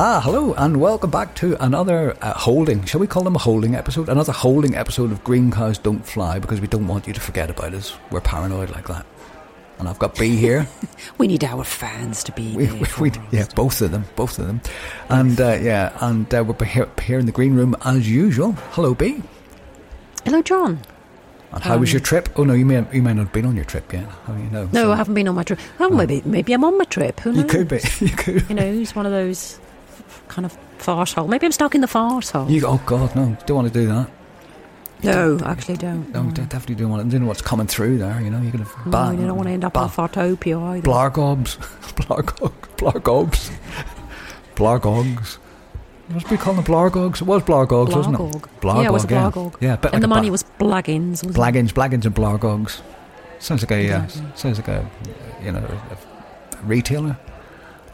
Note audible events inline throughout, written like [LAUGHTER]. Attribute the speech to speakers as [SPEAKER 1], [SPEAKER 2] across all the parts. [SPEAKER 1] Ah, and welcome back to another uh, holding. Shall we call them a holding episode? Another holding episode of Green Cows Don't Fly because we don't want you to forget about us. We're paranoid like that. And I've got B
[SPEAKER 2] [LAUGHS]
[SPEAKER 1] here.
[SPEAKER 2] We need our fans to be
[SPEAKER 1] we,
[SPEAKER 2] there
[SPEAKER 1] we,
[SPEAKER 2] for
[SPEAKER 1] we,
[SPEAKER 2] us.
[SPEAKER 1] yeah, both of them, both of them. And uh, yeah, and uh, we're here, here in the green room as usual. Hello, B.
[SPEAKER 2] Hello, John.
[SPEAKER 1] And how was your trip? Oh no, you may you may not have been on your trip yet. How do you know?
[SPEAKER 2] No,
[SPEAKER 1] So-
[SPEAKER 2] I haven't been on my trip. Well, maybe maybe I'm on my trip. Who knows?
[SPEAKER 1] you could be. [LAUGHS] You could.
[SPEAKER 2] You know, it's one of those kind of farce hole. Maybe I'm stuck in the farce hole.
[SPEAKER 1] You, oh God, no! Don't want to do that.
[SPEAKER 2] no, actually, don't. Mm.
[SPEAKER 1] No, de- definitely don't want. to. Don't know what's coming through there. You know, you're gonna.
[SPEAKER 2] No,
[SPEAKER 1] ba-
[SPEAKER 2] you don't want to end up
[SPEAKER 1] ba-
[SPEAKER 2] on Fartopia either.
[SPEAKER 1] Blargobs. [LAUGHS] Blargog. Blargobs. Blargogs. What was we calling them? Blargogs? It was Blargogs, wasn't it?
[SPEAKER 2] Blargog.
[SPEAKER 1] Blargog.
[SPEAKER 2] Yeah, it was a
[SPEAKER 1] yeah.
[SPEAKER 2] blargog.
[SPEAKER 1] Yeah, a bit like
[SPEAKER 2] and the
[SPEAKER 1] a
[SPEAKER 2] money
[SPEAKER 1] ba-
[SPEAKER 2] was blaggins. wasn't it?
[SPEAKER 1] Blaggins, blaggins and blargogs. Sounds like a uh,
[SPEAKER 2] Exactly.
[SPEAKER 1] sounds like a you know a, a retailer.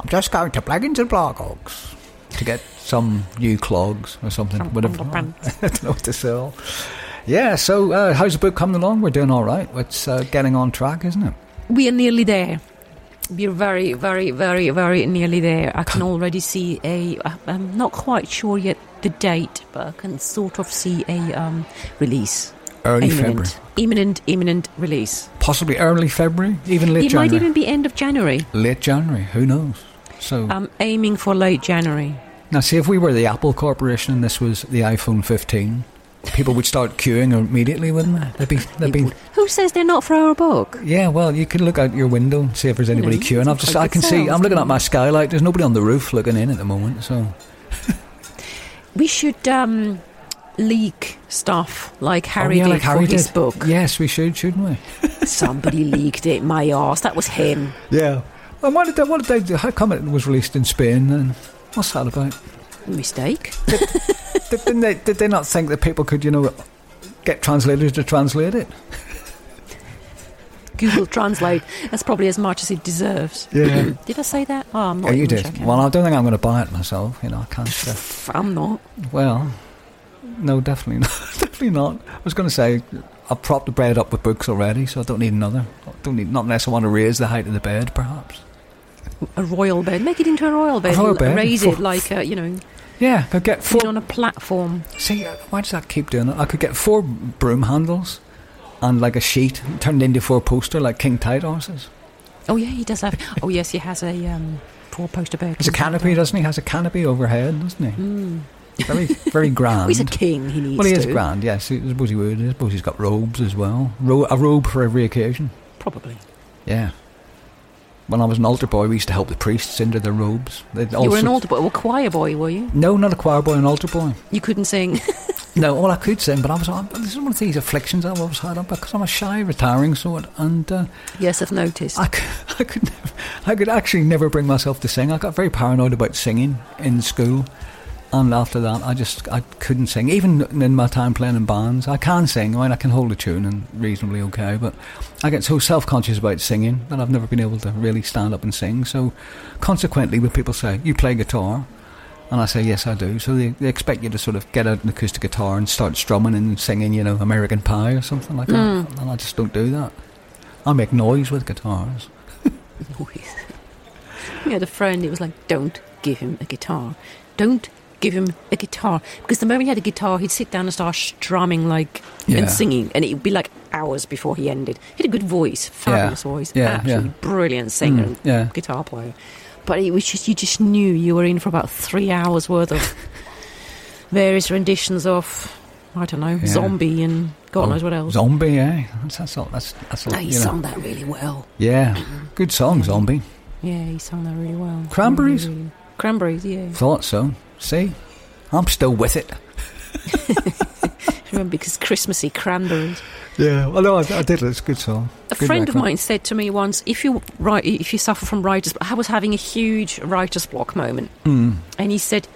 [SPEAKER 1] I'm just going to blaggins and blargogs to get some new clogs or something.
[SPEAKER 2] Some
[SPEAKER 1] Whatever. [LAUGHS] I
[SPEAKER 2] underpants.
[SPEAKER 1] don't know what to sell. Yeah, so uh, how's the book coming along? We're doing all right. It's uh, getting on track, isn't it?
[SPEAKER 2] We are nearly there. We're very, very, very, very nearly there. I can already see a. I- I'm not quite sure yet the date, but I can sort of see a um, release.
[SPEAKER 1] Early
[SPEAKER 2] imminent,
[SPEAKER 1] February,
[SPEAKER 2] imminent, imminent release.
[SPEAKER 1] possibly early February, even late
[SPEAKER 2] it
[SPEAKER 1] January.
[SPEAKER 2] might even be end of January.
[SPEAKER 1] Late January, who knows? So
[SPEAKER 2] I'm aiming for late January.
[SPEAKER 1] Now, see, if we were the Apple Corporation and this was the iPhone 15, people would start queuing immediately, wouldn't they?
[SPEAKER 2] [LAUGHS]
[SPEAKER 1] They'd be, they'd be,
[SPEAKER 2] Who says they're not for our book?
[SPEAKER 1] yeah. Well, you can look out your window and see if there's anybody
[SPEAKER 2] know,
[SPEAKER 1] queuing. I've just,
[SPEAKER 2] like
[SPEAKER 1] I can
[SPEAKER 2] it
[SPEAKER 1] see. I'm
[SPEAKER 2] sounds,
[SPEAKER 1] looking at
[SPEAKER 2] yeah.
[SPEAKER 1] my skylight. There's nobody on the roof looking in at the moment. So,
[SPEAKER 2] We should um, leak stuff like Harry
[SPEAKER 1] oh, yeah,
[SPEAKER 2] did
[SPEAKER 1] like Harry
[SPEAKER 2] for his
[SPEAKER 1] did.
[SPEAKER 2] book.
[SPEAKER 1] Yes, we should, shouldn't we? [LAUGHS]
[SPEAKER 2] Somebody leaked it. My arse. That was him.
[SPEAKER 1] Yeah. And why did they? What did they? Do? How come it was released in Spain? Then what's that about?
[SPEAKER 2] Mistake.
[SPEAKER 1] did, didn't they, did they not think that people could, you know, get translators to translate it?
[SPEAKER 2] Google Translate. That's probably as much as it deserves.
[SPEAKER 1] Yeah.
[SPEAKER 2] did I say that? Oh, I'm not.
[SPEAKER 1] Oh, you
[SPEAKER 2] even
[SPEAKER 1] did.
[SPEAKER 2] checking.
[SPEAKER 1] Well, I don't think I'm going to buy it myself. You know, I can't.
[SPEAKER 2] [LAUGHS]
[SPEAKER 1] Uh,
[SPEAKER 2] I'm not.
[SPEAKER 1] Well, no, definitely [LAUGHS] not. definitely not. I was going to say I've propped the bed up with books already, so I don't need another. I don't need not unless I want to raise the height of the bed, perhaps.
[SPEAKER 2] A royal bed. Make it into a royal bed.
[SPEAKER 1] royal
[SPEAKER 2] L-
[SPEAKER 1] bed.
[SPEAKER 2] Raise
[SPEAKER 1] For-
[SPEAKER 2] it like uh, you know,
[SPEAKER 1] Yeah, I could get
[SPEAKER 2] put it
[SPEAKER 1] four.
[SPEAKER 2] on a platform.
[SPEAKER 1] See, uh, why does that keep doing it? I could get four broom handles and like a sheet turned into four poster like King Tide horses.
[SPEAKER 2] Oh yeah, he does have. Oh yes, he has a um, four poster bed.
[SPEAKER 1] It's a canopy, doesn't he? Has a canopy overhead, doesn't he? Very, very grand.
[SPEAKER 2] Hmm. [LAUGHS] Oh, he's a king. He needs
[SPEAKER 1] well, he
[SPEAKER 2] to.
[SPEAKER 1] is grand. Yes, I suppose he would. I suppose he's got robes as well. Ro- a robe for every occasion.
[SPEAKER 2] Probably.
[SPEAKER 1] Yeah. When I was an altar boy, we used to help the priests into their robes. They'd
[SPEAKER 2] you were
[SPEAKER 1] also-
[SPEAKER 2] an altar boy, well, choir boy, were you?
[SPEAKER 1] No, not a choir boy, an altar boy.
[SPEAKER 2] You couldn't sing.
[SPEAKER 1] No, all I could sing, but I was. I'm, this is one of these afflictions I've always had, because I'm a shy, retiring sort, and uh,
[SPEAKER 2] [LAUGHS] yes, I've noticed.
[SPEAKER 1] I, could, [LAUGHS] I could, never, I could actually never bring myself to sing. I got very paranoid about singing in school, and after that, I just I couldn't sing. Even in my time playing in bands, I can sing. I mean, I can hold a tune and reasonably okay, but I get so self conscious about singing that I've never been able to really stand up and sing. So, consequently, when people say you play guitar. And I say, yes, I do. So they, they expect you to sort of get out an acoustic guitar and start strumming and singing, you know, American Pie or something like that. And I just don't do that. I make noise with guitars.
[SPEAKER 2] Noise. we had a friend. It was like, don't give him a guitar. Don't give him a guitar because the moment he had a guitar, he'd sit down and start strumming like
[SPEAKER 1] Yeah.
[SPEAKER 2] and singing, and it would be like hours before he ended. He had a good voice, fabulous voice,
[SPEAKER 1] Yeah,
[SPEAKER 2] absolutely
[SPEAKER 1] yeah.
[SPEAKER 2] brilliant singer, and
[SPEAKER 1] yeah.
[SPEAKER 2] guitar player. But it was just you just knew you were in for about three hours worth of
[SPEAKER 1] [LAUGHS]
[SPEAKER 2] various renditions of I don't know
[SPEAKER 1] Yeah.
[SPEAKER 2] zombie and God
[SPEAKER 1] Oh,
[SPEAKER 2] knows what else.
[SPEAKER 1] Zombie, eh? That's that's all. That's that's all.
[SPEAKER 2] No, Oh, he
[SPEAKER 1] you know.
[SPEAKER 2] sung that really well.
[SPEAKER 1] Yeah, good song, Zombie.
[SPEAKER 2] Yeah, he sung that really well.
[SPEAKER 1] Cranberries?
[SPEAKER 2] Really, really-
[SPEAKER 1] [LAUGHS]
[SPEAKER 2] Cranberries, yeah.
[SPEAKER 1] Thought so. See, I'm still with it.
[SPEAKER 2] Remember, because Christmassy cranberries.
[SPEAKER 1] Yeah, well, no, I, I did. It's a er good song.
[SPEAKER 2] A
[SPEAKER 1] Good
[SPEAKER 2] friend of
[SPEAKER 1] record.
[SPEAKER 2] mine said to me once, "If you write, if you suffer from writers, I was having a huge writer's block moment,
[SPEAKER 1] Hmm.
[SPEAKER 2] and he said,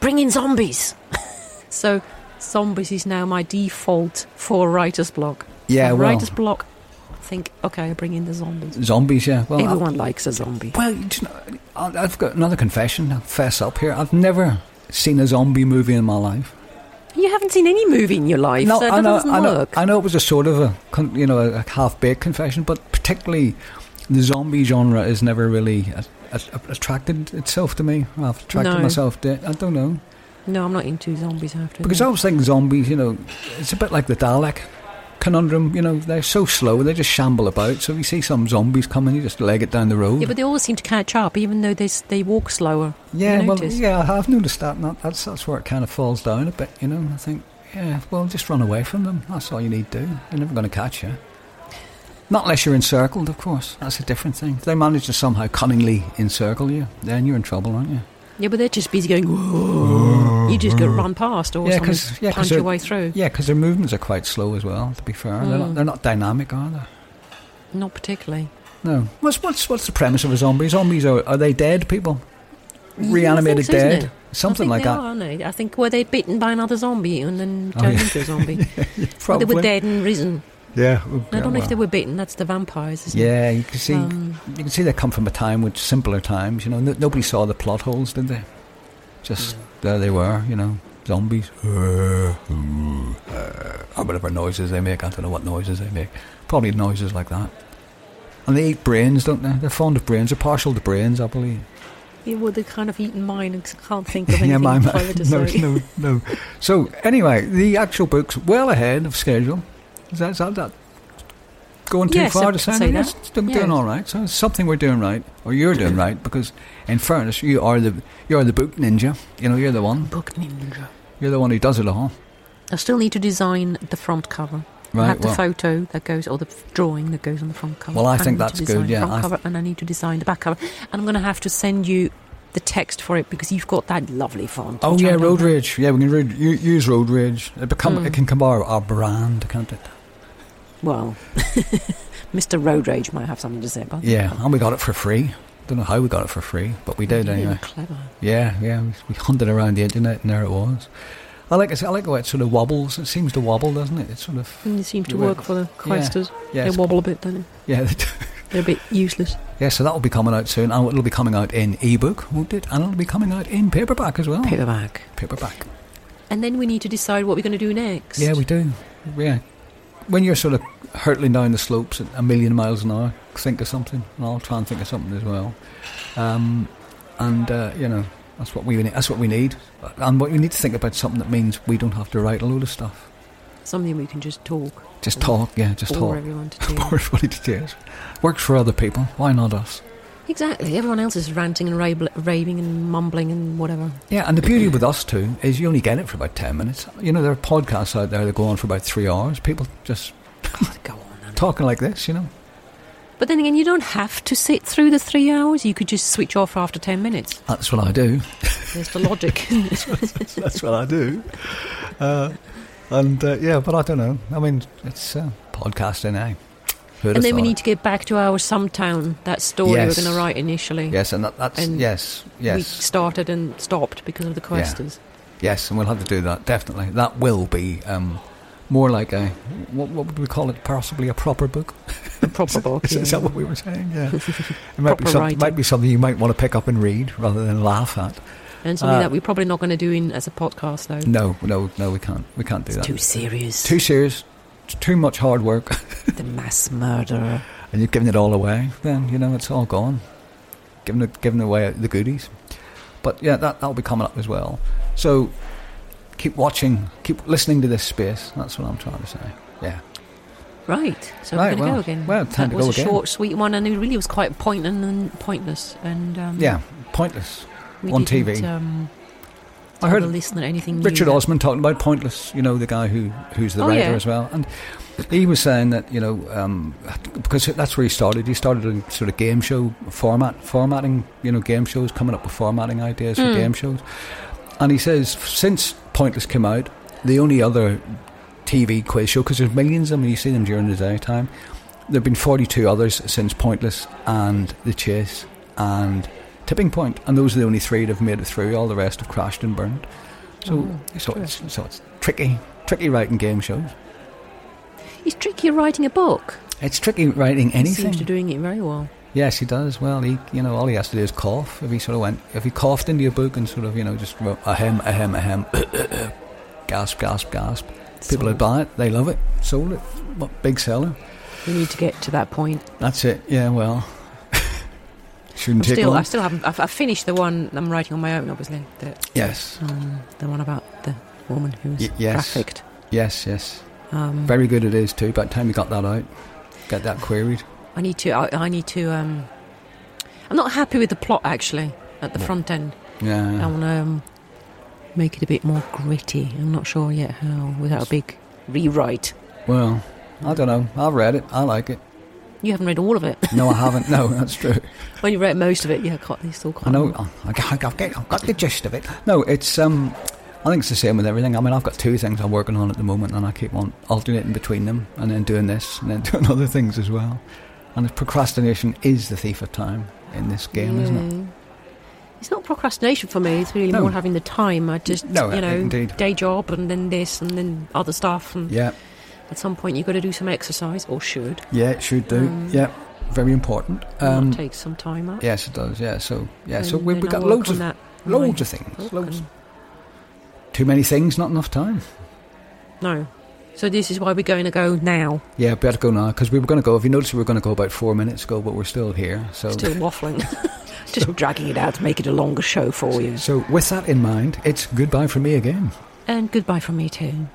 [SPEAKER 2] "Bring in zombies." [LAUGHS] so, zombies is now my default for writer's block.
[SPEAKER 1] Yeah,
[SPEAKER 2] When
[SPEAKER 1] well-
[SPEAKER 2] writer's block. Think, okay, I bring in the zombies.
[SPEAKER 1] Zombies, yeah. Well, I,
[SPEAKER 2] Everyone likes a zombie.
[SPEAKER 1] well, you know, I- I've got another confession. I'll fess up here. I've never seen a zombie movie in my life.
[SPEAKER 2] You haven't seen any movie in your life, so that
[SPEAKER 1] I know,
[SPEAKER 2] doesn't
[SPEAKER 1] I know,
[SPEAKER 2] work.
[SPEAKER 1] I know it was a sort of a con- you know a half baked confession, but particularly the zombie genre has never really a, a, attracted itself to me. I've attracted
[SPEAKER 2] No.
[SPEAKER 1] myself to it. I don't know.
[SPEAKER 2] No, I'm not into zombies after
[SPEAKER 1] Because I was thinking zombies, you know, it's a bit like the Dalek conundrum. You know, they're so slow, they just shamble about. So if you see some zombies coming, you just leg it down the road.
[SPEAKER 2] Yeah, but they always seem to catch up, even though they s- they walk slower.
[SPEAKER 1] Yeah,
[SPEAKER 2] You
[SPEAKER 1] well,
[SPEAKER 2] noticed?
[SPEAKER 1] yeah, I have noticed that, and that, that's that's where it kind of falls down a bit. You know, I think, yeah, well, just run away from them. That's all you need to do. They're never going to catch you. Not unless you're encircled, of course. That's a different thing. If they manage to somehow cunningly encircle you, then you're in trouble, aren't you?
[SPEAKER 2] Yeah, but they're just busy going.
[SPEAKER 1] [LAUGHS]
[SPEAKER 2] "Whoa." you just go run past or
[SPEAKER 1] Yeah,
[SPEAKER 2] something,
[SPEAKER 1] 'cause- yeah, 'cause
[SPEAKER 2] punch your
[SPEAKER 1] they're-
[SPEAKER 2] way through.
[SPEAKER 1] Yeah, because their movements are quite slow as well. To be fair, they're, not,
[SPEAKER 2] Mm.
[SPEAKER 1] they're not dynamic, are they?
[SPEAKER 2] Not particularly.
[SPEAKER 1] No. What's what's what's the premise of a zombie? Zombies are are they dead people? Reanimated
[SPEAKER 2] so, isn't
[SPEAKER 1] dead,
[SPEAKER 2] it?
[SPEAKER 1] something
[SPEAKER 2] I
[SPEAKER 1] like
[SPEAKER 2] think they
[SPEAKER 1] that.
[SPEAKER 2] Are, aren't they? I think were they bitten by another zombie and then
[SPEAKER 1] Oh,
[SPEAKER 2] turned
[SPEAKER 1] yeah.
[SPEAKER 2] into
[SPEAKER 1] [LAUGHS]
[SPEAKER 2] a zombie? Or
[SPEAKER 1] Probably.
[SPEAKER 2] they were dead and risen.
[SPEAKER 1] Yeah.
[SPEAKER 2] I don't know if they were bitten. That's the vampires. Isn't
[SPEAKER 1] Yeah, you can
[SPEAKER 2] It?
[SPEAKER 1] see.
[SPEAKER 2] Um,
[SPEAKER 1] You can see they come from a time with simpler times. You know, no, nobody saw the plot holes, did they? Just there they were. You know, zombies. Uh, uh, whatever noises they make, I don't know what noises they make. Probably noises like that. And they eat brains, don't they? They're fond of brains. They're partial to brains, I believe.
[SPEAKER 2] yeah, well, they kind of eaten mine and can't think
[SPEAKER 1] [LAUGHS]
[SPEAKER 2] of anything
[SPEAKER 1] mine-
[SPEAKER 2] further to
[SPEAKER 1] no,
[SPEAKER 2] say.
[SPEAKER 1] no, no. So anyway, the actual book's well ahead of schedule. Is that, is that, that going too
[SPEAKER 2] Yes, I
[SPEAKER 1] far
[SPEAKER 2] would
[SPEAKER 1] to sound?
[SPEAKER 2] say
[SPEAKER 1] Yeah,
[SPEAKER 2] that.
[SPEAKER 1] it's doing,
[SPEAKER 2] Yes.
[SPEAKER 1] doing all right. So it's something we're doing right, or you're doing right, because in fairness, you are the you are the book ninja. You know, you're the one.
[SPEAKER 2] Book ninja.
[SPEAKER 1] You're the one who does it all.
[SPEAKER 2] I still need to design the front cover. I
[SPEAKER 1] Right.
[SPEAKER 2] have the
[SPEAKER 1] Well,
[SPEAKER 2] photo that goes, or the f- drawing that goes on the front cover.
[SPEAKER 1] Well, I think
[SPEAKER 2] need to
[SPEAKER 1] that's good,
[SPEAKER 2] design the
[SPEAKER 1] yeah,
[SPEAKER 2] front
[SPEAKER 1] I
[SPEAKER 2] cover, and I need to design the back cover, and I'm going to have to send you the text for it because you've got that lovely font.
[SPEAKER 1] oh
[SPEAKER 2] which I
[SPEAKER 1] yeah,
[SPEAKER 2] don't
[SPEAKER 1] road
[SPEAKER 2] have.
[SPEAKER 1] rage. Yeah, we can read, u- use road rage. It become
[SPEAKER 2] Mm.
[SPEAKER 1] it can come our, our brand, can't it?
[SPEAKER 2] Well, [LAUGHS] Mr. Road Rage might have something to say about
[SPEAKER 1] Yeah,
[SPEAKER 2] that.
[SPEAKER 1] and we got it for free. Don't know how we got it for free, but we did
[SPEAKER 2] Yeah,
[SPEAKER 1] anyway.
[SPEAKER 2] Clever.
[SPEAKER 1] Yeah, yeah. We hunted around the internet and there it was. I like it. I like the way it sort of wobbles. It seems to wobble, doesn't it? It sort of
[SPEAKER 2] And it seems to
[SPEAKER 1] You work-
[SPEAKER 2] work for the questers.
[SPEAKER 1] yeah,
[SPEAKER 2] They
[SPEAKER 1] it's-
[SPEAKER 2] wobble a bit, don't
[SPEAKER 1] yeah,
[SPEAKER 2] they? They're a bit useless.
[SPEAKER 1] [LAUGHS] yeah. So that will be coming out soon. And it'll be coming out in ebook, won't it? And it'll be coming out in paperback as well.
[SPEAKER 2] Paperback.
[SPEAKER 1] paperback.
[SPEAKER 2] And then we need to decide what we're going to do next.
[SPEAKER 1] Yeah, we do. Yeah. When you're sort of hurtling down the slopes at a million miles an hour, think of something, and I'll try and think of something as well. Um, and uh, you know, that's what we need. That's what we need. And what we need to think about something that means we don't have to write a load of stuff.
[SPEAKER 2] Something we can just talk.
[SPEAKER 1] Just
[SPEAKER 2] Mm.
[SPEAKER 1] talk, yeah, just
[SPEAKER 2] bore
[SPEAKER 1] talk.
[SPEAKER 2] everyone
[SPEAKER 1] Bore
[SPEAKER 2] to
[SPEAKER 1] [LAUGHS]
[SPEAKER 2] tears.
[SPEAKER 1] everybody to tears. Works for other people. Why not us?
[SPEAKER 2] exactly. Everyone else is ranting and rable- raving and mumbling and whatever.
[SPEAKER 1] Yeah, and the beauty with us too is you only get it for about ten minutes. You know, there are podcasts out there that go on for about three hours. People just
[SPEAKER 2] God, go on. Anna.
[SPEAKER 1] talking like this, you know.
[SPEAKER 2] [LAUGHS] But then again, you don't have to sit through the three hours. You could just switch off after 10 minutes.
[SPEAKER 1] That's what I do.
[SPEAKER 2] [LAUGHS] There's
[SPEAKER 1] [LAUGHS]
[SPEAKER 2] the logic.
[SPEAKER 1] That's what I do. Uh, and uh, yeah, but I don't know. I mean, it's uh, podcasting, eh? Who'd
[SPEAKER 2] and
[SPEAKER 1] have
[SPEAKER 2] then we
[SPEAKER 1] thought
[SPEAKER 2] need to get back to our Sumtown, that story
[SPEAKER 1] Yes.
[SPEAKER 2] we were going to write initially.
[SPEAKER 1] it? Yes, and that, that's
[SPEAKER 2] and
[SPEAKER 1] yes,
[SPEAKER 2] We
[SPEAKER 1] yes,
[SPEAKER 2] started and stopped because of the questers.
[SPEAKER 1] yes, and we'll have to do that definitely. That will be um, more like a what, what would we call it? Possibly a proper book. [LAUGHS]
[SPEAKER 2] The proper book.
[SPEAKER 1] Is, is
[SPEAKER 2] yeah.
[SPEAKER 1] that what we were saying?
[SPEAKER 2] [LAUGHS]
[SPEAKER 1] Yeah. It might be,
[SPEAKER 2] Proper
[SPEAKER 1] some,
[SPEAKER 2] writing.
[SPEAKER 1] might be something you might want to pick up and read rather than laugh at.
[SPEAKER 2] And something
[SPEAKER 1] Uh,
[SPEAKER 2] that we're probably not going to do in as a podcast, though.
[SPEAKER 1] No, no, no, we can't. We can't do
[SPEAKER 2] it's
[SPEAKER 1] that.
[SPEAKER 2] too serious.
[SPEAKER 1] Too serious, t- too much hard work, [LAUGHS]
[SPEAKER 2] the mass murderer.
[SPEAKER 1] and you've given it all away. Then, you know, it's all gone. Giving, it, giving away the goodies. But yeah, that, that'll be coming up as well. So keep watching, keep listening to this space. That's what I'm trying to say. Yeah.
[SPEAKER 2] Right. So
[SPEAKER 1] Right,
[SPEAKER 2] we're going to
[SPEAKER 1] well-
[SPEAKER 2] go again.
[SPEAKER 1] well, time
[SPEAKER 2] that
[SPEAKER 1] to
[SPEAKER 2] was
[SPEAKER 1] go
[SPEAKER 2] a
[SPEAKER 1] again.
[SPEAKER 2] short, sweet one, and it really was quite poignant and pointless. And um,
[SPEAKER 1] Yeah, pointless.
[SPEAKER 2] we
[SPEAKER 1] on
[SPEAKER 2] didn't,
[SPEAKER 1] TV.
[SPEAKER 2] Um,
[SPEAKER 1] I
[SPEAKER 2] I
[SPEAKER 1] heard
[SPEAKER 2] heard the listener anything. new
[SPEAKER 1] Richard
[SPEAKER 2] that-
[SPEAKER 1] Osman talking about Pointless, you know, the guy who who's the
[SPEAKER 2] Oh,
[SPEAKER 1] writer
[SPEAKER 2] yeah.
[SPEAKER 1] as well. And he was saying that, you know, um, because that's where he started. He started in sort of game show format, formatting, you know, game shows, coming up with formatting ideas for
[SPEAKER 2] Mm.
[SPEAKER 1] game shows. And he says, since Pointless came out, the only other TV quiz show, because there's millions of them, you see them during the daytime, there have been 42 others since Pointless and The Chase and Tipping Point, and those are the only three that have made it through. All the rest have crashed and burned. So,
[SPEAKER 2] Oh,
[SPEAKER 1] so, it's, so it's tricky, tricky writing game shows.
[SPEAKER 2] It's tricky writing a book.
[SPEAKER 1] It's tricky writing
[SPEAKER 2] He seems to
[SPEAKER 1] anything.
[SPEAKER 2] doing it very well.
[SPEAKER 1] Yes, he does. Well, he, you know, all he has to do is cough. If he sort of went, if he coughed into your book and sort of, you know, just wrote ahem, ahem, ahem, [COUGHS] gasp, gasp, gasp. People would
[SPEAKER 2] So
[SPEAKER 1] buy it. They love it. Sold it. What big seller.
[SPEAKER 2] we need to get to that point.
[SPEAKER 1] That's it. Yeah. Well, [LAUGHS] shouldn't
[SPEAKER 2] I'm
[SPEAKER 1] take
[SPEAKER 2] still, I
[SPEAKER 1] long.
[SPEAKER 2] still haven't. I've, I've finished the one I'm writing on my own, obviously. The,
[SPEAKER 1] Yes,
[SPEAKER 2] um, the one about the woman who was
[SPEAKER 1] Y- yes.
[SPEAKER 2] trafficked.
[SPEAKER 1] yes, yes.
[SPEAKER 2] Um,
[SPEAKER 1] Very good it is too. By the time you got that out, get that queried.
[SPEAKER 2] I need to. I, I need to. Um, I'm not happy with the plot actually at the
[SPEAKER 1] No.
[SPEAKER 2] front end. I
[SPEAKER 1] Yeah,
[SPEAKER 2] want to um, make it a bit more gritty. I'm not sure yet how without a big rewrite.
[SPEAKER 1] well, I don't know. I've read it. I
[SPEAKER 2] [LAUGHS]
[SPEAKER 1] like it.
[SPEAKER 2] You haven't read all of it. [LAUGHS]
[SPEAKER 1] No, I haven't. No, that's true.
[SPEAKER 2] well, you read most of it. Yeah, quite, it's still quite.
[SPEAKER 1] I know.
[SPEAKER 2] long.
[SPEAKER 1] I, I, I've, got, I've got the gist of it. No, it's um, I think it's the same with everything. I mean, I've got two things I'm working on at the moment, and I keep on alternating between them, and then doing this, and then [LAUGHS] doing other things as well. And procrastination is the thief of time in this game, isn't it?
[SPEAKER 2] Yeah. It's not procrastination for me. It's really
[SPEAKER 1] No.
[SPEAKER 2] more having the time. I just,
[SPEAKER 1] No, uh,
[SPEAKER 2] you know, Mm.
[SPEAKER 1] indeed.
[SPEAKER 2] day job and then this and then other stuff. And
[SPEAKER 1] Yeah,
[SPEAKER 2] at some point, you've got to do some exercise, or should.
[SPEAKER 1] yeah, it should do.
[SPEAKER 2] Um,
[SPEAKER 1] yeah, very important.
[SPEAKER 2] Um,
[SPEAKER 1] Um,
[SPEAKER 2] take some time out.
[SPEAKER 1] yes, it does. Yeah, so yeah, so
[SPEAKER 2] And
[SPEAKER 1] we,
[SPEAKER 2] then
[SPEAKER 1] we've got
[SPEAKER 2] I'll work
[SPEAKER 1] loads
[SPEAKER 2] on
[SPEAKER 1] of
[SPEAKER 2] that on my
[SPEAKER 1] loads of things.
[SPEAKER 2] book
[SPEAKER 1] Loads.
[SPEAKER 2] and-
[SPEAKER 1] Too many things, not enough time.
[SPEAKER 2] No. So this is why we're going to go now.
[SPEAKER 1] Yeah, better go now because we were going to go. If you notice, we were going to go about four minutes ago, but we're still here. So
[SPEAKER 2] Still
[SPEAKER 1] [LAUGHS]
[SPEAKER 2] waffling. [LAUGHS] Just dragging it out to make it a longer show for you.
[SPEAKER 1] So, with that in mind, it's goodbye from me again.
[SPEAKER 2] And goodbye from me too.